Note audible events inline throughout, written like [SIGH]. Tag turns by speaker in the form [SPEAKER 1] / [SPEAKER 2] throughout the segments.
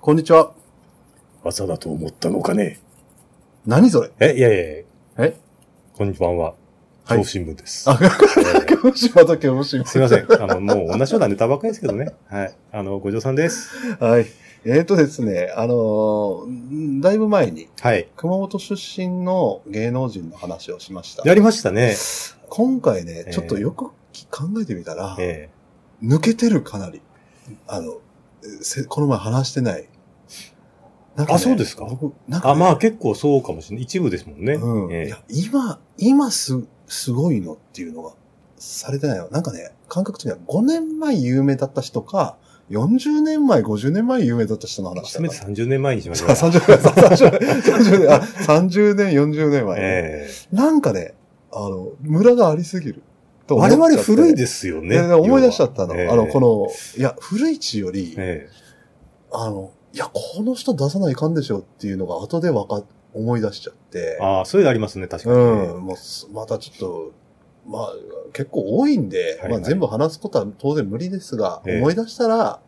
[SPEAKER 1] こんにちは。
[SPEAKER 2] 朝だと思ったのかね。
[SPEAKER 1] 何それ
[SPEAKER 2] え、いやいやいや
[SPEAKER 1] え
[SPEAKER 2] こんばんは。
[SPEAKER 1] はい
[SPEAKER 2] 超新聞です。
[SPEAKER 1] あ
[SPEAKER 2] えー
[SPEAKER 1] 鹿児島と鹿児島。
[SPEAKER 2] すいません。あの、もう同じようなネタばっかりですけどね。はい。あの、ご嬢さんです。
[SPEAKER 1] はい。えっ、とですね、あのーだいぶ前に、
[SPEAKER 2] はい。
[SPEAKER 1] 熊本出身の芸能人の話をしました。
[SPEAKER 2] やりましたね。
[SPEAKER 1] 今回ね
[SPEAKER 2] え、ー
[SPEAKER 1] ちょっとよくき考えてみたら、
[SPEAKER 2] え
[SPEAKER 1] 抜けてるかなり。あの、せこの前話してない。なん
[SPEAKER 2] あそうですか
[SPEAKER 1] 僕、なん
[SPEAKER 2] え
[SPEAKER 1] かね、
[SPEAKER 2] あ、まあ結構そうかもしれない。一部ですもんね。
[SPEAKER 1] うん。い
[SPEAKER 2] え
[SPEAKER 1] や、今、今す、すごいのっていうのが、されてないの。なんかね、感覚的には5年前有名だった人か、40年前、50年前有名だった人の
[SPEAKER 2] え
[SPEAKER 1] 話
[SPEAKER 2] せ
[SPEAKER 1] だ
[SPEAKER 2] め
[SPEAKER 1] な。
[SPEAKER 2] て30年前にし
[SPEAKER 1] [LAUGHS]
[SPEAKER 2] ましょう。
[SPEAKER 1] 30年、30年、30年、あ、30年、40年前、
[SPEAKER 2] え
[SPEAKER 1] なんかね、あの、ムラがありすぎると
[SPEAKER 2] え
[SPEAKER 1] 思っち
[SPEAKER 2] 我
[SPEAKER 1] ゃって。
[SPEAKER 2] 々古い
[SPEAKER 1] す
[SPEAKER 2] ですよね。
[SPEAKER 1] ね。思い出しちゃったの。
[SPEAKER 2] 要は
[SPEAKER 1] あの、こ。
[SPEAKER 2] え
[SPEAKER 1] の、いや、古市より、
[SPEAKER 2] ええ
[SPEAKER 1] あの、いや、この人出さないかんでしょっていうのが後でわか、思い出しちゃって
[SPEAKER 2] え。ああ、そういうのありますね、確かにね。
[SPEAKER 1] うん、もうす、またちょっと、まあ、結構多いんで、
[SPEAKER 2] はい
[SPEAKER 1] まあ全部話すことは当然無理ですが、
[SPEAKER 2] ええ
[SPEAKER 1] 思い出したら、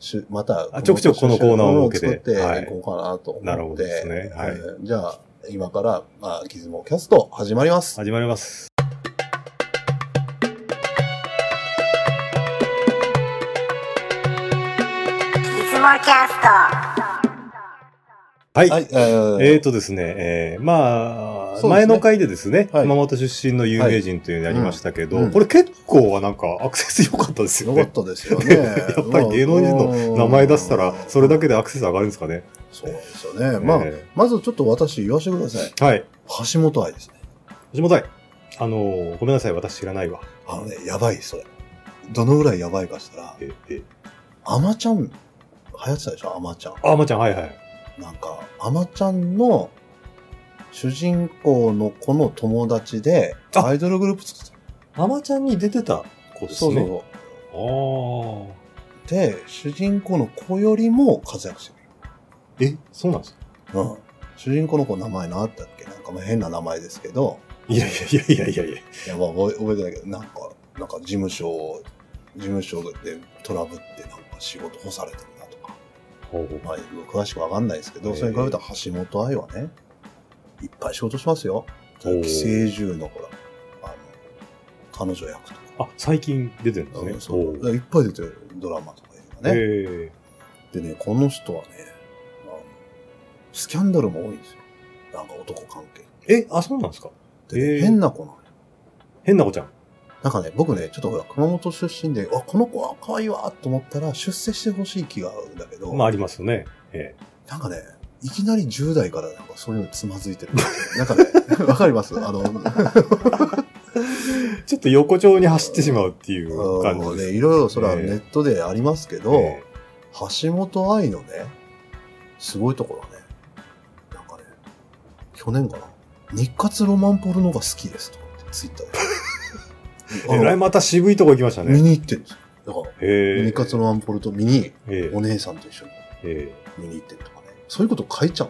[SPEAKER 1] しゅまた
[SPEAKER 2] あ、ちょくちょくこのコーナーを設けて
[SPEAKER 1] うん作っていこうかなと思って。
[SPEAKER 2] はいなるほどですねはい
[SPEAKER 1] えーじゃあ、今から、まあ、ギズモキャスト始まります。
[SPEAKER 2] 始まります。はい。
[SPEAKER 1] はい、えー
[SPEAKER 2] えーとですね、えーまあ、
[SPEAKER 1] そうですね
[SPEAKER 2] 前の回でですね、
[SPEAKER 1] はい
[SPEAKER 2] 熊本出身の有名人というのやりましたけど、
[SPEAKER 1] はいうん
[SPEAKER 2] これ結構はなんかアクセス良かったですよ
[SPEAKER 1] よかっ
[SPEAKER 2] ね。
[SPEAKER 1] たですよね。や
[SPEAKER 2] [LAUGHS] やっぱり芸能人の名前出したら、それだけでアクセス上がるんですかね。
[SPEAKER 1] そうなんですよね。まあ、
[SPEAKER 2] え
[SPEAKER 1] まずちょっと私言わせてください。
[SPEAKER 2] ーはい。
[SPEAKER 1] 橋本愛ですね。
[SPEAKER 2] 橋本愛。あのーごめんなさい、私知らないわ。
[SPEAKER 1] あのね、やばい、それ。どのぐらいやばいかしたら、
[SPEAKER 2] ええ
[SPEAKER 1] アマちゃん、流行ってたでしょアマちゃん。
[SPEAKER 2] あ、あまちゃん、はいはい。
[SPEAKER 1] なんか、アマちゃんの主人公の子の友達で、
[SPEAKER 2] あ
[SPEAKER 1] アイドルグループ作ってた。
[SPEAKER 2] あまちゃんに出てた子です
[SPEAKER 1] そう
[SPEAKER 2] ね。
[SPEAKER 1] そ
[SPEAKER 2] ああ。
[SPEAKER 1] う。で、主人公の子よりも活躍して
[SPEAKER 2] え、そうなんですか
[SPEAKER 1] る。うん。主人公の子の名前何あったっけなんかまあ変な名前ですけど、
[SPEAKER 2] いやいやいやいやいやいや。
[SPEAKER 1] いや、まあ覚え覚えてないけど、なんか、なんか事務所を、事務所でトラブってなんか仕事干されてるなとか、
[SPEAKER 2] ほうほう
[SPEAKER 1] まあ詳しくわかんないですけ
[SPEAKER 2] え
[SPEAKER 1] ど、
[SPEAKER 2] え
[SPEAKER 1] それに比べたら橋本愛はね、いっぱい仕事しますよ。
[SPEAKER 2] おー
[SPEAKER 1] 寄生獣のほら、あの、彼女役とか。
[SPEAKER 2] あ、最近出てるんですね。
[SPEAKER 1] そう
[SPEAKER 2] ほう
[SPEAKER 1] いっぱい出てるドラマとか映画ね、
[SPEAKER 2] え
[SPEAKER 1] でねこの人はねあのスキャンダルも多いんですよなんか男関係
[SPEAKER 2] ーえ、あ、そうなんですか
[SPEAKER 1] でね、
[SPEAKER 2] へえ
[SPEAKER 1] 変な子なのよ
[SPEAKER 2] 変な子ちゃん。
[SPEAKER 1] なんかね僕ねちょっとほら熊本出身であこの子は可愛いわと思ったら出世してほしい気があるんだけど、
[SPEAKER 2] まあ、ありますよね。え
[SPEAKER 1] なんかねいきなり10代からなんかそういうのつまずいてるなんかね [LAUGHS] わかりますあの
[SPEAKER 2] えちょっと横丁に走ってしまうっていう
[SPEAKER 1] あ
[SPEAKER 2] 感
[SPEAKER 1] の
[SPEAKER 2] じです。
[SPEAKER 1] ねいろいろそれは
[SPEAKER 2] ええ
[SPEAKER 1] ネットでありますけど、
[SPEAKER 2] え
[SPEAKER 1] 橋本愛のね、すごいところはね、なんかね、去年かな、日活ロマンポルノが好きですとかってツイッター
[SPEAKER 2] [LAUGHS] え
[SPEAKER 1] で。
[SPEAKER 2] えらいまた渋いとこ行きました
[SPEAKER 1] あの見
[SPEAKER 2] ね。
[SPEAKER 1] に行ってるんですよ。だから、
[SPEAKER 2] ええ
[SPEAKER 1] 日活ロマンポルノ見に、
[SPEAKER 2] ええ
[SPEAKER 1] お姉さんと一緒に
[SPEAKER 2] え
[SPEAKER 1] 見に行ってるとかね。そういうこと書いちゃう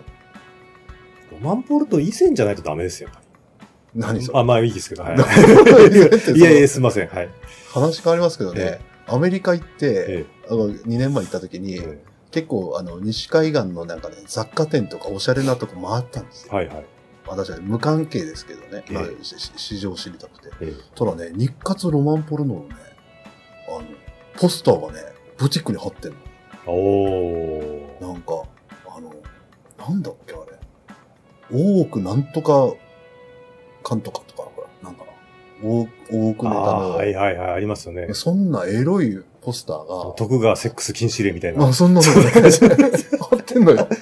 [SPEAKER 2] えロマンポルト以前じゃないとダメですよ。
[SPEAKER 1] [LAUGHS] 何それ。
[SPEAKER 2] あ、まあいいですけど。はい
[SPEAKER 1] い [LAUGHS]
[SPEAKER 2] [LAUGHS] いやいや、すいません。はい。
[SPEAKER 1] 話変わりますけどね、アメリカ行って、
[SPEAKER 2] え
[SPEAKER 1] あの、2年前行った時に、
[SPEAKER 2] え
[SPEAKER 1] 結構、あの、西海岸のなんかね、雑貨店とかおしゃれなとこ回ったんですよ。
[SPEAKER 2] はいはい。
[SPEAKER 1] 私は無関係ですけどね、
[SPEAKER 2] ええ
[SPEAKER 1] まあ、しし市場を知りたくて。
[SPEAKER 2] ええ
[SPEAKER 1] ただね、日活ロマンポルノのね、あの、ポスターがね、ブティックに貼ってん
[SPEAKER 2] おー。
[SPEAKER 1] の。なんか、あの、なんだっけあれ。大奥なんとか、かんとかとか、ほら、なんかな。大大奥
[SPEAKER 2] あ
[SPEAKER 1] ネタ
[SPEAKER 2] あ
[SPEAKER 1] の、
[SPEAKER 2] ー、はいはいはい。ありますよね。
[SPEAKER 1] そんなエロいポスターが、
[SPEAKER 2] 徳川セックス禁止令みたい
[SPEAKER 1] ま
[SPEAKER 2] な
[SPEAKER 1] あ。 [LAUGHS] そんなのね、貼ってんのよ。だから、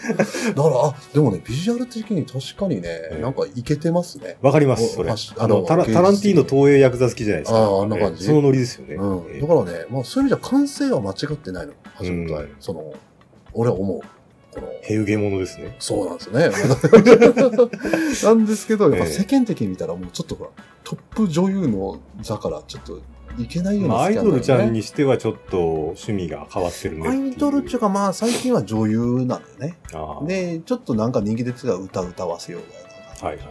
[SPEAKER 1] あ、でもね、ビジュアル的に確かにね、
[SPEAKER 2] ええ
[SPEAKER 1] なんかいけてますね。
[SPEAKER 2] わかります、それ
[SPEAKER 1] あ。し
[SPEAKER 2] あの、タラタランティーノ東映ヤクザ好きじゃないですか。
[SPEAKER 1] あーあんな感じ
[SPEAKER 2] ええそのノリですよね。
[SPEAKER 1] うん、
[SPEAKER 2] え
[SPEAKER 1] だからね、まあ、そういう意味じゃ完成は間違ってないの、橋本愛
[SPEAKER 2] うん
[SPEAKER 1] その、俺は思う。この
[SPEAKER 2] えへうげものですね。
[SPEAKER 1] そうなん
[SPEAKER 2] [LAUGHS]
[SPEAKER 1] ですよね。なんですけど、やっぱ
[SPEAKER 2] ええ
[SPEAKER 1] 世間的に見たらもうちょっとほら、トップ女優の座からちょっといけないよう
[SPEAKER 2] まあ、
[SPEAKER 1] な
[SPEAKER 2] ア
[SPEAKER 1] ス
[SPEAKER 2] イ
[SPEAKER 1] キャ
[SPEAKER 2] ド
[SPEAKER 1] ンダル
[SPEAKER 2] ル
[SPEAKER 1] ね
[SPEAKER 2] ちゃんにしてはちょっと趣味が変わってるねっ
[SPEAKER 1] ア
[SPEAKER 2] ていう。
[SPEAKER 1] イドルっていうかまあ最近は女優なんだよね。
[SPEAKER 2] ああ
[SPEAKER 1] で、ちょっとなんか人気出てたら歌歌わせようみたいな感じ。
[SPEAKER 2] はいはい。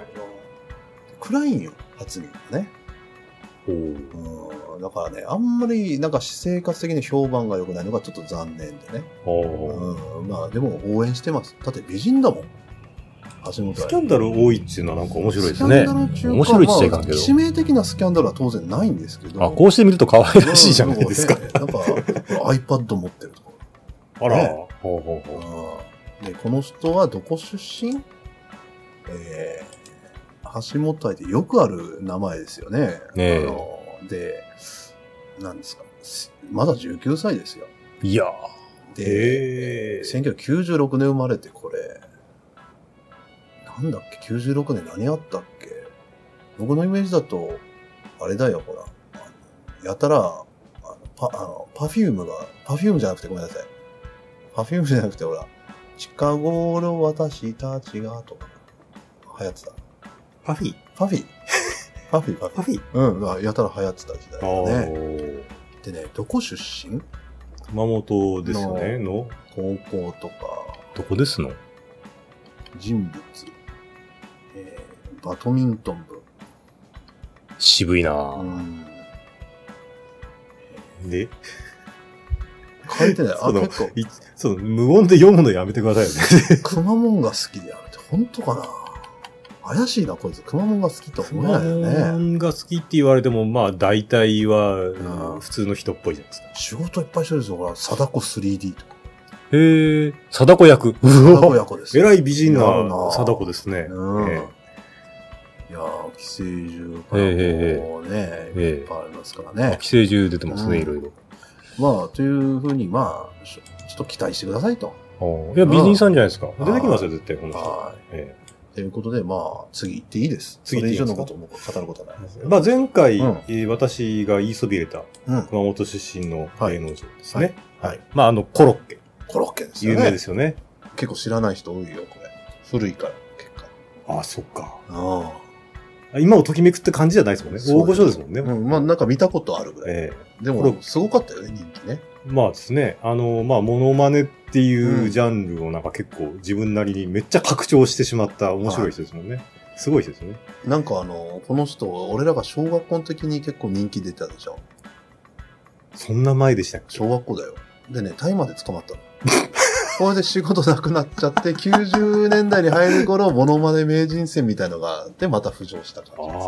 [SPEAKER 1] 暗いんよ、初音がね。
[SPEAKER 2] おおー
[SPEAKER 1] うん、だからね、あんまりなんか私生活的に評判が良くないのがちょっと残念でね。
[SPEAKER 2] おー
[SPEAKER 1] うん、まあでも応援してます。だって美人だもん。橋本
[SPEAKER 2] ス
[SPEAKER 1] 愛
[SPEAKER 2] キャンダル多いっていうのはなんか面白いです
[SPEAKER 1] スキャ
[SPEAKER 2] ね
[SPEAKER 1] ンダ。ル中
[SPEAKER 2] 面白いっちゃいかん
[SPEAKER 1] まあ
[SPEAKER 2] けど
[SPEAKER 1] 致命的なスキャンダルは当然ないんですけど。
[SPEAKER 2] あ、こうしてみると可愛らしいじゃないですか
[SPEAKER 1] う。んなんか、ねなんか iPad 持ってるとか。
[SPEAKER 2] あら。
[SPEAKER 1] ね
[SPEAKER 2] ほうほうほ
[SPEAKER 1] うんで、この人はどこ出身えー、橋本愛ってよくある名前ですよね。
[SPEAKER 2] ねえ
[SPEAKER 1] あので、なんですか、すまだ19歳ですよ。
[SPEAKER 2] ういや
[SPEAKER 1] で、
[SPEAKER 2] えー。
[SPEAKER 1] 1996年生まれてこれ、なんだっけ、96年何あったっけ僕のイメージだと、あれだよ、ほら。あのやたら、あの、パ、あの、パフュームが、パフュームじゃなくてごめんなさい。パフュームじゃなくてほら、近頃私たちが、とか、流行ってた。
[SPEAKER 2] パフィー
[SPEAKER 1] パ
[SPEAKER 2] [LAUGHS]
[SPEAKER 1] フィー。パフィー、パフ
[SPEAKER 2] パ
[SPEAKER 1] ィー。
[SPEAKER 2] フィー
[SPEAKER 1] うん、まあやたら流行ってた時代
[SPEAKER 2] あ
[SPEAKER 1] だね。
[SPEAKER 2] ー
[SPEAKER 1] でね、どこ出身
[SPEAKER 2] 熊本ですよね。の
[SPEAKER 1] 高校とか、
[SPEAKER 2] どこですの
[SPEAKER 1] 人物、えーバドミントン部、、
[SPEAKER 2] 渋いうなんで、
[SPEAKER 1] 書いてない。あ、
[SPEAKER 2] [LAUGHS] その
[SPEAKER 1] 結構、
[SPEAKER 2] いその無音で読むのやめてくださいよね。
[SPEAKER 1] くまモンが好きであるって本当かな怪しいな、こいつ。くまモンが好きとは思えない
[SPEAKER 2] [LAUGHS]
[SPEAKER 1] よね。
[SPEAKER 2] ンが好きって言われても、まあ大体
[SPEAKER 1] うん
[SPEAKER 2] は普通の人っぽいじゃないですか。
[SPEAKER 1] 仕事いっぱいしてるんですよ。ほら、貞子 3D とか。
[SPEAKER 2] へえ、貞子役。う
[SPEAKER 1] 貞
[SPEAKER 2] わ
[SPEAKER 1] 子親子です
[SPEAKER 2] え
[SPEAKER 1] よ。
[SPEAKER 2] らい美人な
[SPEAKER 1] なるな
[SPEAKER 2] 貞子ですね。
[SPEAKER 1] うん。
[SPEAKER 2] え
[SPEAKER 1] いやー、寄生獣から
[SPEAKER 2] え
[SPEAKER 1] も
[SPEAKER 2] え
[SPEAKER 1] うね、
[SPEAKER 2] ええ
[SPEAKER 1] いっぱいありますからね。
[SPEAKER 2] 寄生獣出てますね、
[SPEAKER 1] うん
[SPEAKER 2] いろいろ
[SPEAKER 1] まあ、というふうに、まあ、ちょちょっと期待してくださいと。
[SPEAKER 2] ああ。いや、美人さんじゃないですか。
[SPEAKER 1] うん
[SPEAKER 2] 出てきますよ、絶対、この人。
[SPEAKER 1] はい。
[SPEAKER 2] え
[SPEAKER 1] ということで、まあ、次行っていいです。
[SPEAKER 2] 次
[SPEAKER 1] それ
[SPEAKER 2] 行っ
[SPEAKER 1] 以
[SPEAKER 2] ていいで
[SPEAKER 1] 上
[SPEAKER 2] す
[SPEAKER 1] の
[SPEAKER 2] か
[SPEAKER 1] ことも語ることはないです
[SPEAKER 2] え
[SPEAKER 1] よ。
[SPEAKER 2] まあ、前回、
[SPEAKER 1] うん
[SPEAKER 2] えー私が言いそびれた
[SPEAKER 1] うん。
[SPEAKER 2] 熊本出身の芸能人ですね。
[SPEAKER 1] はい。
[SPEAKER 2] まあ、あの、コロッケ。
[SPEAKER 1] コロッケですよ
[SPEAKER 2] 有
[SPEAKER 1] ね。
[SPEAKER 2] 名ですよね。
[SPEAKER 1] 結構知らない人多いよ、これ。古いから、結果。
[SPEAKER 2] ああ、そっか。
[SPEAKER 1] あ
[SPEAKER 2] 今をときめくって感じじゃないですもんね。
[SPEAKER 1] そう
[SPEAKER 2] 大御所ですもんね。
[SPEAKER 1] うん、まあ、なんか見たことあるぐらい。
[SPEAKER 2] ええ
[SPEAKER 1] で
[SPEAKER 2] コロ
[SPEAKER 1] も、
[SPEAKER 2] ッ
[SPEAKER 1] すごかったよね、人気ね。
[SPEAKER 2] まあですね、あの、まあ、モノマネって
[SPEAKER 1] う
[SPEAKER 2] いうんジャンルをなんか結構自分なりにめっちゃ拡張してしまった面白い人ですもんね。すごい人ですね。
[SPEAKER 1] なんかあの、この人、俺らが小学校の時に結構人気出てたでしょ。
[SPEAKER 2] そんな前でしたっけ
[SPEAKER 1] 小学校だよ。でね、大麻で捕まっ
[SPEAKER 2] [LAUGHS]
[SPEAKER 1] たの。これで仕事なくなっちゃって、90年代に入る頃、モノマネ名人戦みたいのがあって、また浮上した感
[SPEAKER 2] あ
[SPEAKER 1] じです。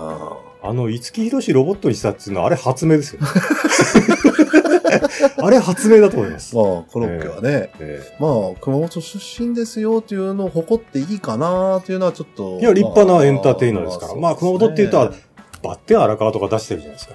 [SPEAKER 1] ああ。
[SPEAKER 2] あ。あの、五木ひろしロボットにしたっていうのはあれ発明ですよ。
[SPEAKER 1] [LAUGHS]
[SPEAKER 2] あれ発明だと思います。
[SPEAKER 1] まあ、コロッケはね、
[SPEAKER 2] え
[SPEAKER 1] まあ、熊本出身ですよっていうのを誇っていいかなっていうのはちょっと。
[SPEAKER 2] いや立派なエンターテイナーですからまあ熊本っていうと
[SPEAKER 1] そうですね
[SPEAKER 2] えバッテン荒川とか出してるじゃないですか。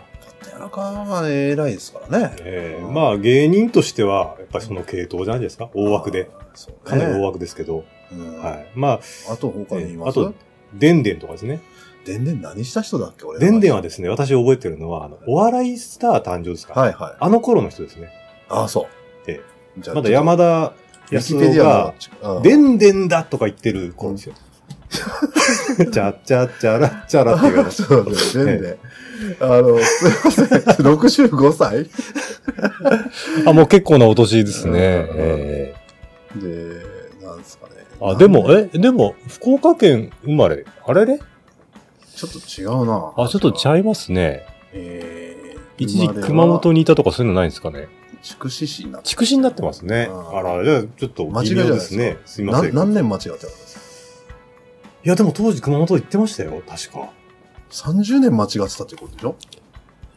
[SPEAKER 1] 田中は偉いですからね。
[SPEAKER 2] ええ
[SPEAKER 1] うん
[SPEAKER 2] まあ芸人としては、やっぱりその系統じゃないですか。大枠で。。
[SPEAKER 1] そう
[SPEAKER 2] かなり大
[SPEAKER 1] ね。
[SPEAKER 2] 枠ですけど。
[SPEAKER 1] うん
[SPEAKER 2] はい。まあ、
[SPEAKER 1] あと他にいます
[SPEAKER 2] ええあとでんでんとかですね。
[SPEAKER 1] でんでん何した人だっけ俺。
[SPEAKER 2] でんでんはですね、私覚えてるのは、あの、お笑いスター誕生ですか、
[SPEAKER 1] はいはい。
[SPEAKER 2] あの頃の人ですね。
[SPEAKER 1] あ、そう。
[SPEAKER 2] え
[SPEAKER 1] じゃあ
[SPEAKER 2] まだ山田
[SPEAKER 1] ウィ
[SPEAKER 2] 康
[SPEAKER 1] キペ
[SPEAKER 2] 夫
[SPEAKER 1] ディア
[SPEAKER 2] が
[SPEAKER 1] の、うん
[SPEAKER 2] でんでんだとか言ってる頃ですよ。ちゃっちゃっちゃらっちゃらって言われました。
[SPEAKER 1] [LAUGHS] そうですね、でんでん。あの、すいません。65歳
[SPEAKER 2] あ、もう結構なお年です
[SPEAKER 1] ね
[SPEAKER 2] ね。
[SPEAKER 1] で、なんですかね。
[SPEAKER 2] あ、でも、え、でも、福岡県生まれ。あれれ
[SPEAKER 1] ちょっと違うな。
[SPEAKER 2] あ、ちょっとちゃいますね。
[SPEAKER 1] えー
[SPEAKER 2] 一時熊本
[SPEAKER 1] に。
[SPEAKER 2] にいたとかそういうのないんですかね。
[SPEAKER 1] 筑紫市になって
[SPEAKER 2] 筑紫になってますね。
[SPEAKER 1] うん
[SPEAKER 2] あら、じゃあちょっと
[SPEAKER 1] 間違い
[SPEAKER 2] 微
[SPEAKER 1] じゃない
[SPEAKER 2] 妙
[SPEAKER 1] で
[SPEAKER 2] です
[SPEAKER 1] か
[SPEAKER 2] すね。すいま
[SPEAKER 1] な
[SPEAKER 2] せん。
[SPEAKER 1] 何
[SPEAKER 2] い
[SPEAKER 1] 年間違ってたんですか
[SPEAKER 2] や、でも当時熊本行ってましたよ。確か。
[SPEAKER 1] ?30 年間違ってたってことでしょ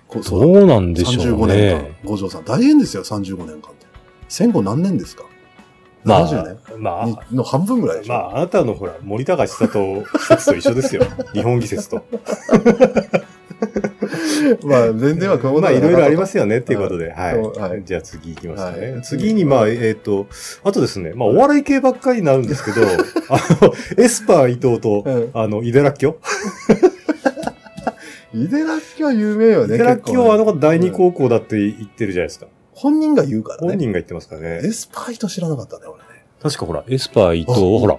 [SPEAKER 1] こ
[SPEAKER 2] ど
[SPEAKER 1] うだ
[SPEAKER 2] うなんでしょ
[SPEAKER 1] 35
[SPEAKER 2] う
[SPEAKER 1] 年
[SPEAKER 2] ね
[SPEAKER 1] 間。。五条さん、大変ですよ、35年間って。戦後何年ですか
[SPEAKER 2] ま
[SPEAKER 1] ?70
[SPEAKER 2] あ、ま
[SPEAKER 1] 年
[SPEAKER 2] あ、
[SPEAKER 1] にの半分ぐらいでしょ、
[SPEAKER 2] まあ、あなたのほら、森高千里説と一緒ですよ。日本技説と。
[SPEAKER 1] まあ、 [LAUGHS] 全然は熊本。
[SPEAKER 2] まあ、いろいろありますすよね、っていうことで。は
[SPEAKER 1] そうはい
[SPEAKER 2] い。じゃあ次行きます
[SPEAKER 1] は
[SPEAKER 2] ね
[SPEAKER 1] い。
[SPEAKER 2] 次に、まあ、えっと、あとですね、まあ、お笑い系ばっかりになるんですけど、
[SPEAKER 1] [LAUGHS]
[SPEAKER 2] あの、エスパー伊藤と、
[SPEAKER 1] うん。
[SPEAKER 2] あの、イデラッキョ
[SPEAKER 1] イデラッキは有名よ
[SPEAKER 2] イ
[SPEAKER 1] ね。
[SPEAKER 2] デラッキョはあの
[SPEAKER 1] 結構ね
[SPEAKER 2] 子第二高校だって言ってるじゃないですか。
[SPEAKER 1] 本人が言うからね。
[SPEAKER 2] 本人が言ってますからね。
[SPEAKER 1] エスパイと知らなかったね、俺ね。
[SPEAKER 2] 確かほら、エスパー伊藤
[SPEAKER 1] あ
[SPEAKER 2] はほら、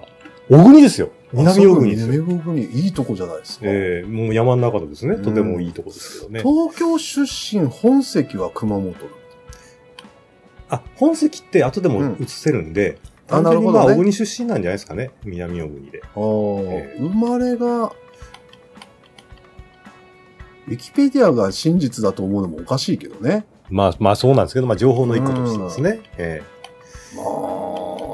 [SPEAKER 2] 小国ですよ。南小国ですよ。
[SPEAKER 1] 南大国、いいとこじゃないですか。
[SPEAKER 2] ええもう山の中のですね、
[SPEAKER 1] うん
[SPEAKER 2] とてもいいとこですけどね。
[SPEAKER 1] 東京出身、本籍は熊本だ
[SPEAKER 2] あ、本籍って後でも映せるんで、単純にまあ、
[SPEAKER 1] あなるほどね
[SPEAKER 2] 小国出身なんじゃないですかね。南小国で。
[SPEAKER 1] あー
[SPEAKER 2] ええ
[SPEAKER 1] 生まれが、ウィキペディアが真実だと思うのもおかしいけどね。
[SPEAKER 2] まあ、まあそうなんですけど、まあ情報の一個としてですね。え
[SPEAKER 1] ま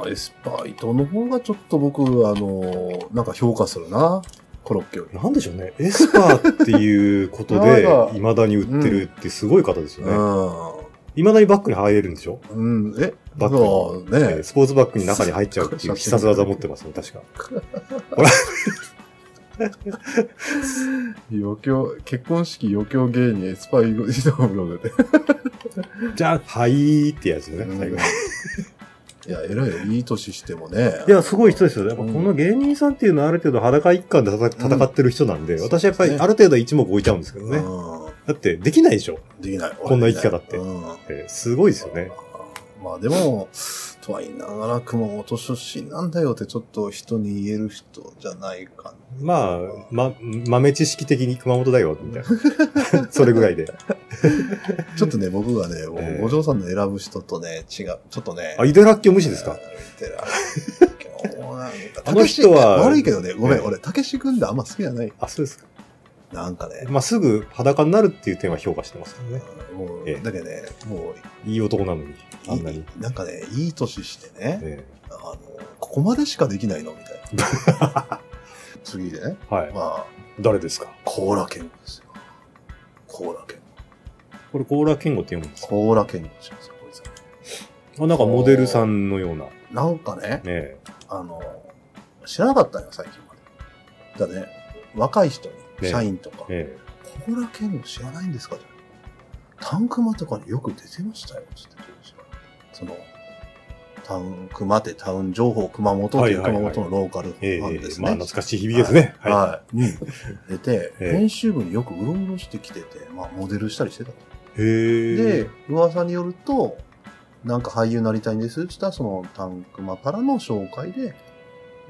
[SPEAKER 1] あ、エスパー伊藤の方がちょっと僕、あの、なんか評価するな。コロッケより
[SPEAKER 2] え。なんでしょうね。エスパーっていうことで
[SPEAKER 1] [LAUGHS] なんか、
[SPEAKER 2] 未だに売ってるってすごい方ですよね。
[SPEAKER 1] う
[SPEAKER 2] 未だにバッグに入れるんでしょ
[SPEAKER 1] ん。うん。え、
[SPEAKER 2] バ
[SPEAKER 1] そ
[SPEAKER 2] ッ
[SPEAKER 1] う
[SPEAKER 2] グに、ええ
[SPEAKER 1] ね。
[SPEAKER 2] スポーツバッグに中に入っちゃうっていう必殺技持ってますね、確か。
[SPEAKER 1] 余興、結婚式余興芸人エスパー伊藤の方がね。
[SPEAKER 2] じゃあ、はいーってやつね、最後。
[SPEAKER 1] いや、偉いよ。いい年してもね。
[SPEAKER 2] いや、すごい人ですよ。やっぱ
[SPEAKER 1] う
[SPEAKER 2] こ
[SPEAKER 1] ん
[SPEAKER 2] の芸人さんっていうのはある程度裸一貫で戦戦ってる人なんで、
[SPEAKER 1] うん
[SPEAKER 2] 私はやっぱり
[SPEAKER 1] そうですね
[SPEAKER 2] ある程度一目置いちゃうんですけどね。
[SPEAKER 1] うん。
[SPEAKER 2] だって、できないでしょ。
[SPEAKER 1] できない。
[SPEAKER 2] こんな生き方って
[SPEAKER 1] うん。
[SPEAKER 2] えーすごいですよね。
[SPEAKER 1] まあでも、とは言いながら、熊本出身なんだよってちょっと人に言える人じゃないかな。
[SPEAKER 2] まあ、ま、豆知識的に熊本だよ、みたい
[SPEAKER 1] [LAUGHS]
[SPEAKER 2] な。それぐらいで。 [LAUGHS]
[SPEAKER 1] ちょっとね、僕がね、も
[SPEAKER 2] え
[SPEAKER 1] う
[SPEAKER 2] え
[SPEAKER 1] お嬢さんの選ぶ人とね、違う。ちょっとね。
[SPEAKER 2] あ、イデラッキョ無視ですか
[SPEAKER 1] 見てられないもうなんか
[SPEAKER 2] あの人は
[SPEAKER 1] たけし悪いけどね、ごめ
[SPEAKER 2] ええ
[SPEAKER 1] ん、俺、たけし君であんま好きじゃない。
[SPEAKER 2] あ、そうですか。
[SPEAKER 1] なんかね、
[SPEAKER 2] まあ、すぐ裸になるっていう点は評価してますからね。
[SPEAKER 1] も
[SPEAKER 2] ええ
[SPEAKER 1] う、だけどね、もう、
[SPEAKER 2] いい男なのに、あ
[SPEAKER 1] い
[SPEAKER 2] んなに
[SPEAKER 1] い。なんかね、いい年してね、
[SPEAKER 2] え
[SPEAKER 1] あの、ここまでしかできないのみたいな。
[SPEAKER 2] [LAUGHS]
[SPEAKER 1] 次でね、
[SPEAKER 2] えはい。
[SPEAKER 1] まあ、
[SPEAKER 2] 誰ですか
[SPEAKER 1] コーラ健吾ですよ。コーラ健
[SPEAKER 2] これ、コーラ健吾って読むんです
[SPEAKER 1] 吾。
[SPEAKER 2] か
[SPEAKER 1] コーラ健吾しますよ、こいつ。
[SPEAKER 2] あ、なんかモデルさんのような。ね
[SPEAKER 1] なんかね、
[SPEAKER 2] え
[SPEAKER 1] あの、知らなかったのよ、最近まで。だね、若い人
[SPEAKER 2] ええ
[SPEAKER 1] に、社員とか、
[SPEAKER 2] え
[SPEAKER 1] コーラ剣知らないんですかってタンクマとかによく出てましたよ、つって当時は。その、タウンクマってタウン情報熊本という
[SPEAKER 2] はいはい
[SPEAKER 1] 熊
[SPEAKER 2] はい
[SPEAKER 1] 本のローカルフ
[SPEAKER 2] えええ
[SPEAKER 1] ァンですね。
[SPEAKER 2] えまあ、懐かしい日々ですね。はい。
[SPEAKER 1] はい。に出て、
[SPEAKER 2] [LAUGHS] ええ
[SPEAKER 1] 編集部によくうろうろしてきてて、まあモデルしたりしてた。
[SPEAKER 2] へえ
[SPEAKER 1] で。、噂によると、なんか俳優になりたいんですって言ったら、そのタンクマからの紹介で、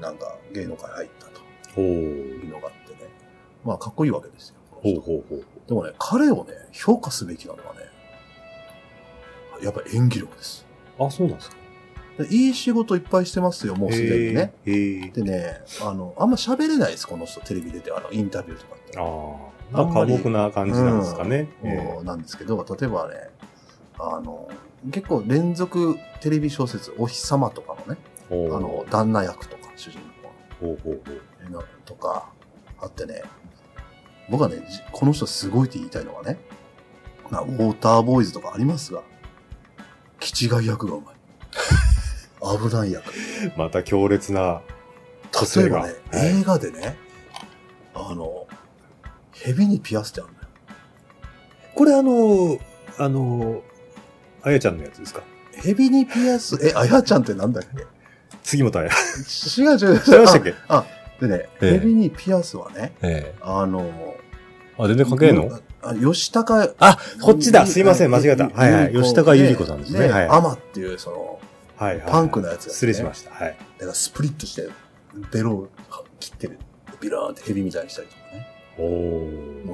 [SPEAKER 1] なんか芸能界入ったと
[SPEAKER 2] ほ
[SPEAKER 1] いう
[SPEAKER 2] う。
[SPEAKER 1] のがあってね。まあかっこいいわけですよ。この人
[SPEAKER 2] ほうほうほう。
[SPEAKER 1] でもね、彼をね、評価すべきなのはね、やっぱ演技力です。
[SPEAKER 2] あ、そうなんですか。
[SPEAKER 1] でいい仕事いっぱいしてますよ、もうすでにね。
[SPEAKER 2] へえ。へえ
[SPEAKER 1] でね、あの、あんま喋れないです、この人、テレビ出て、あの、インタビューとかって。
[SPEAKER 2] ああ。
[SPEAKER 1] あ
[SPEAKER 2] なん
[SPEAKER 1] ん
[SPEAKER 2] か
[SPEAKER 1] ま
[SPEAKER 2] 寡
[SPEAKER 1] り
[SPEAKER 2] 黙な感じなんですかね。え
[SPEAKER 1] もうなんですけど、例えばね、あの、結構連続テレビ小説、お日様とかのね、
[SPEAKER 2] え
[SPEAKER 1] あ
[SPEAKER 2] ほう
[SPEAKER 1] の、旦那役とか、主人公
[SPEAKER 2] ほうほうほう。
[SPEAKER 1] のとか、あってね、僕はね、じこの人すごいって言いたいのはね、まあ、ウォーターボーイズとかありますが、キチガイ役がうまい。危ない役。
[SPEAKER 2] また強烈な個
[SPEAKER 1] 例え
[SPEAKER 2] 性が。
[SPEAKER 1] ばね、
[SPEAKER 2] はい
[SPEAKER 1] 映画でね、あの、蛇にピアスってあるのよ。
[SPEAKER 2] これあの、あの、あやちゃんのやつですか
[SPEAKER 1] 蛇にピアス、え、あやちゃんってなんだっ
[SPEAKER 2] [LAUGHS]
[SPEAKER 1] け
[SPEAKER 2] 杉本あや。
[SPEAKER 1] 違う違う違う。
[SPEAKER 2] 知 [LAUGHS] ってましたっけ
[SPEAKER 1] あでね、
[SPEAKER 2] ええ
[SPEAKER 1] 蛇にピアスはね、
[SPEAKER 2] ええ。
[SPEAKER 1] あの、
[SPEAKER 2] あ、全然関係ないの
[SPEAKER 1] あ吉高
[SPEAKER 2] あ、こっちだ。すいません、間違えた。はいはい。吉高由里子さんですね。はい。
[SPEAKER 1] アマっていう、その、
[SPEAKER 2] はいはい。
[SPEAKER 1] パンクのやつがね
[SPEAKER 2] 失礼しました。はい。
[SPEAKER 1] だからスプリットして、ベロを切ってる。ビラーンって蛇みたいにしたりとかね。
[SPEAKER 2] お
[SPEAKER 1] もう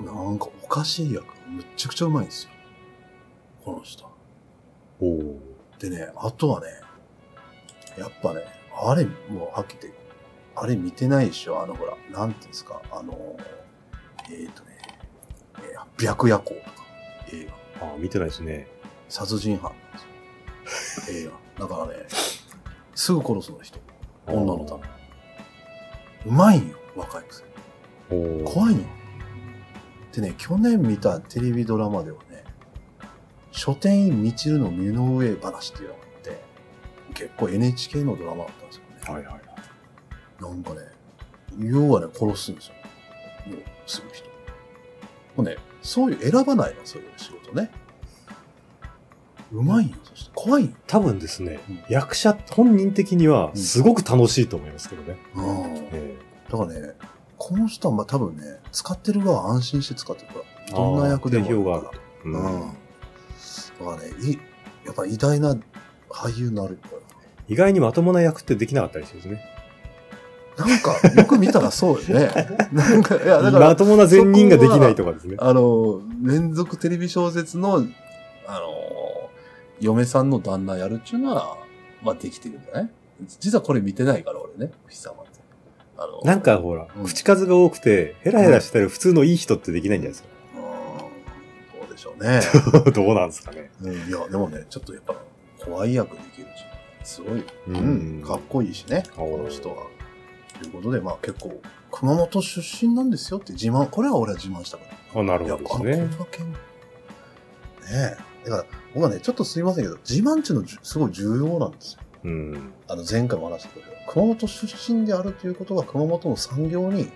[SPEAKER 2] ー。
[SPEAKER 1] なんかおかしい役。むっちゃくちゃうまいんですよ。この人。
[SPEAKER 2] おー。
[SPEAKER 1] でね、あとはね、やっぱね、あれ、もうはっきり言って、あれ見てないでしょあの、ほら、なんていうんですか、あの、えっ、ー、とね、えー白夜行とか、映画。
[SPEAKER 2] あ、見てないですね。
[SPEAKER 1] 殺人犯なんですよ。映画。だからね、すぐ殺すの人。女のため。うまいんよ、若いくせに。
[SPEAKER 2] おー。
[SPEAKER 1] 怖いのでね去年見たテレビドラマではね書店員みちるの身の上話っていうのがあって結構 NHK のドラマだったんですよね
[SPEAKER 2] はいはい。
[SPEAKER 1] なんかね要はね殺すんですよもうすぐ人もうねそういう選ばないのそういう仕事ねうまいよそして怖いよ、
[SPEAKER 2] 多分ですね、
[SPEAKER 1] うん
[SPEAKER 2] 役者本人的にはすごく楽しいと思いますけどね。
[SPEAKER 1] うん、だ
[SPEAKER 2] え
[SPEAKER 1] からねこの人はまあ多分ね使ってる側は安心して使ってるから
[SPEAKER 2] え
[SPEAKER 1] どんな役でも
[SPEAKER 2] 定評があると。
[SPEAKER 1] う
[SPEAKER 2] うん
[SPEAKER 1] ん。だからね、いやっぱ偉大な俳優になるよ
[SPEAKER 2] 意外にまともな役ってできなかったりするんですね。
[SPEAKER 1] なんか、 [LAUGHS] よく見たらそうよ
[SPEAKER 2] [LAUGHS]
[SPEAKER 1] ね。なんか、いや、だから
[SPEAKER 2] ま、ともな善人ができないとかですね。
[SPEAKER 1] あの、連続テレビ小説の、あの、嫁さんの旦那やるっちゅうのは、まあ、できてるんだね。実はこれ見てないから、俺ね、お日様って。あの
[SPEAKER 2] なん、かほら、
[SPEAKER 1] うん
[SPEAKER 2] 口数が多くて、ヘラヘラしたら普通のいい人ってできないんじゃないですか。
[SPEAKER 1] うんしょうね。
[SPEAKER 2] どうなんですか [LAUGHS] ね。
[SPEAKER 1] うん、いや、でもね、ちょっとやっぱ、怖い役できるし、すごい、
[SPEAKER 2] う
[SPEAKER 1] うん、かっこいいしね、
[SPEAKER 2] お
[SPEAKER 1] こ
[SPEAKER 2] ー
[SPEAKER 1] の人は。ということで、まあ結構、熊本出身なんですよって自慢、これは俺は自慢したから。
[SPEAKER 2] あ、なる
[SPEAKER 1] い
[SPEAKER 2] ほ
[SPEAKER 1] や、
[SPEAKER 2] どで
[SPEAKER 1] こ
[SPEAKER 2] す
[SPEAKER 1] の
[SPEAKER 2] ね。
[SPEAKER 1] 県。ねえ。だから、僕はね、ちょっとすいませんけど、自慢っていうのじゅすごい重要なんですよ。
[SPEAKER 2] うん。
[SPEAKER 1] あの、前回も話したけど、熊本出身であるということが、熊本の産業に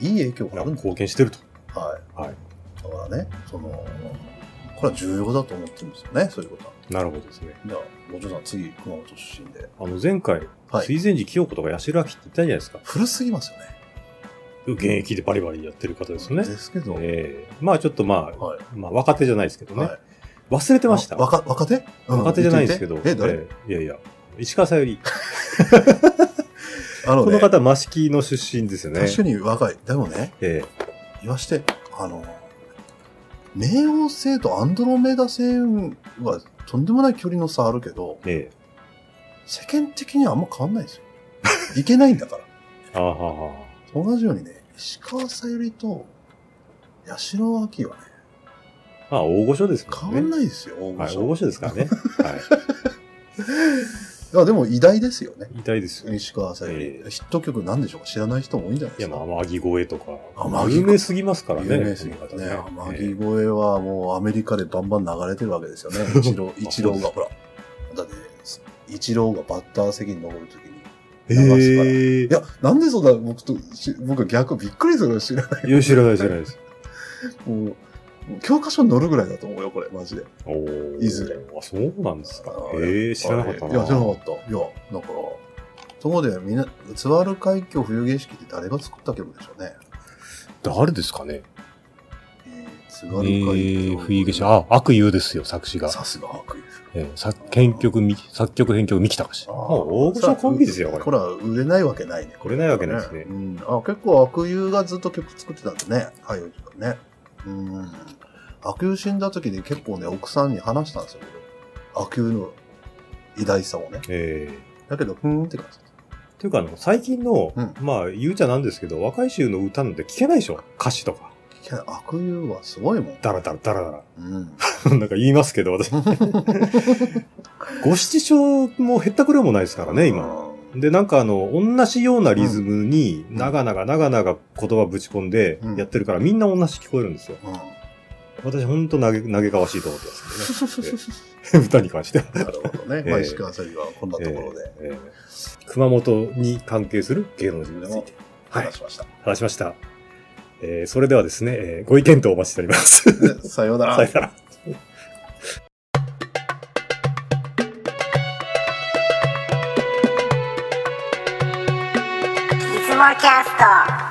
[SPEAKER 1] いい影響があるんですよ
[SPEAKER 2] 貢献してると。
[SPEAKER 1] はい。
[SPEAKER 2] はい
[SPEAKER 1] だからね、その、これは重要だと思ってるんですよね、そういうことは。
[SPEAKER 2] なるほどですね。
[SPEAKER 1] じゃあ、ご嬢さん、次、熊本出身で。
[SPEAKER 2] あの、前回、
[SPEAKER 1] はい。
[SPEAKER 2] 水前寺清子とか八代亜紀って言ったじゃないですか。
[SPEAKER 1] 古すぎますよね。
[SPEAKER 2] 現役でバリバリやってる方ですよね。
[SPEAKER 1] ですけど、
[SPEAKER 2] ええまあちょっとまあ、
[SPEAKER 1] はい。
[SPEAKER 2] まあ若手じゃないですけどね。
[SPEAKER 1] はい
[SPEAKER 2] 忘れてました。
[SPEAKER 1] わ若若手、うん
[SPEAKER 2] 若手じゃないですけど。
[SPEAKER 1] 言ってみてえ、誰、
[SPEAKER 2] ええいやいや、石川さゆり。
[SPEAKER 1] あの
[SPEAKER 2] こ
[SPEAKER 1] ね、
[SPEAKER 2] の方、益城の出身ですよね。
[SPEAKER 1] 確かに若い。でもね、
[SPEAKER 2] え
[SPEAKER 1] 言わして、あの、冥王星とアンドロメダ星はとんでもない距離の差あるけど、
[SPEAKER 2] ええ
[SPEAKER 1] 世間的にはあんま変わんない
[SPEAKER 2] [LAUGHS]
[SPEAKER 1] ですよ。いけないんだから。
[SPEAKER 2] えああはあは
[SPEAKER 1] 同じようにね、石川さゆりと八代亜紀はね、
[SPEAKER 2] あまあ、大御所ですから
[SPEAKER 1] 変
[SPEAKER 2] ね。
[SPEAKER 1] わんないですよ、大御
[SPEAKER 2] はい、
[SPEAKER 1] 所。
[SPEAKER 2] 大御所ですからね。はい
[SPEAKER 1] やでも偉大ですよね。
[SPEAKER 2] い。痛いです
[SPEAKER 1] [LAUGHS]
[SPEAKER 2] よ。
[SPEAKER 1] 石川さゆり。
[SPEAKER 2] ええ
[SPEAKER 1] ヒット曲なんでしょうか知らない人も多いんじゃない
[SPEAKER 2] い
[SPEAKER 1] で
[SPEAKER 2] や、
[SPEAKER 1] すか。
[SPEAKER 2] まあ、天城越えとか。
[SPEAKER 1] 天城
[SPEAKER 2] 有名すぎますからね。
[SPEAKER 1] 有名ですよ
[SPEAKER 2] この
[SPEAKER 1] ね。
[SPEAKER 2] 方
[SPEAKER 1] 天
[SPEAKER 2] ええ
[SPEAKER 1] 城越えはもうアメリカでバンバン流れてるわけですよ
[SPEAKER 2] [LAUGHS]
[SPEAKER 1] ね。一郎、一郎が、ほら。だって、一郎がバッター席に登るときに。流すから
[SPEAKER 2] ええ
[SPEAKER 1] いや、なんでそんな僕と、し僕は逆びっくりするの知らない。
[SPEAKER 2] いや、知らない知らないです。
[SPEAKER 1] もう、もう教科書に載るぐらいだと思うよ、これ、マジで。
[SPEAKER 2] おお。
[SPEAKER 1] いずれ。
[SPEAKER 2] あ、そうなんですか。
[SPEAKER 1] あ
[SPEAKER 2] ええ知らなかった
[SPEAKER 1] あ
[SPEAKER 2] な。
[SPEAKER 1] れいや、知らなかった。いや、だから、そこでみんな、津軽海峡冬景色って誰が作った曲でしょうね。
[SPEAKER 2] 誰ですかね。
[SPEAKER 1] えー、津
[SPEAKER 2] え
[SPEAKER 1] 軽海峡。
[SPEAKER 2] ー、冬化粧。あ、悪友ですよ、作詞が。
[SPEAKER 1] さすが悪意。
[SPEAKER 2] えー作編曲、み作曲、編曲、三木隆。
[SPEAKER 1] あー
[SPEAKER 2] もう大御所コンビですよ、
[SPEAKER 1] こ
[SPEAKER 2] これ。
[SPEAKER 1] れは売れないわけないね。
[SPEAKER 2] 売れないわけないですね
[SPEAKER 1] うん。あ、結構悪友がずっと曲作ってたんだね。はい、おじさんね。うん。悪友死んだ時に結構ね、奥さんに話したんですよ。僕悪友の偉大さをね。
[SPEAKER 2] えー
[SPEAKER 1] だけど、ふーんって感じ。
[SPEAKER 2] というか、あの、最近の、
[SPEAKER 1] うん
[SPEAKER 2] まあ、言うちゃなんですけど、若い衆の歌なんて聞けないでしょ歌詞とか。
[SPEAKER 1] いや悪友はすごいもん。
[SPEAKER 2] だらだらだらだ
[SPEAKER 1] うん。
[SPEAKER 2] ら。 [LAUGHS] なんか言いますけど、 [LAUGHS] 私。ご七章も減ったくれもないですからね、今。
[SPEAKER 1] うん。
[SPEAKER 2] で、なんかあの、同じようなリズムに、長々長々言葉ぶち込んで
[SPEAKER 1] うん
[SPEAKER 2] やってるから、みんな同じ [LAUGHS] 聞こえるんですよ。
[SPEAKER 1] うん。
[SPEAKER 2] 私、ほんと投げ、投げかわしいと思ってますけどね。 [LAUGHS] えー歌に関しては。
[SPEAKER 1] なるほどね。まあ、石川さゆりはこんなところで
[SPEAKER 2] えーえー熊本に関係する芸能人についてはい
[SPEAKER 1] 話しました。
[SPEAKER 2] 話しました。えーそれではですね、えーご意見とお待ちしております。 [LAUGHS] さ
[SPEAKER 1] でさようなら
[SPEAKER 2] よ。なら。
[SPEAKER 3] いつもキャスト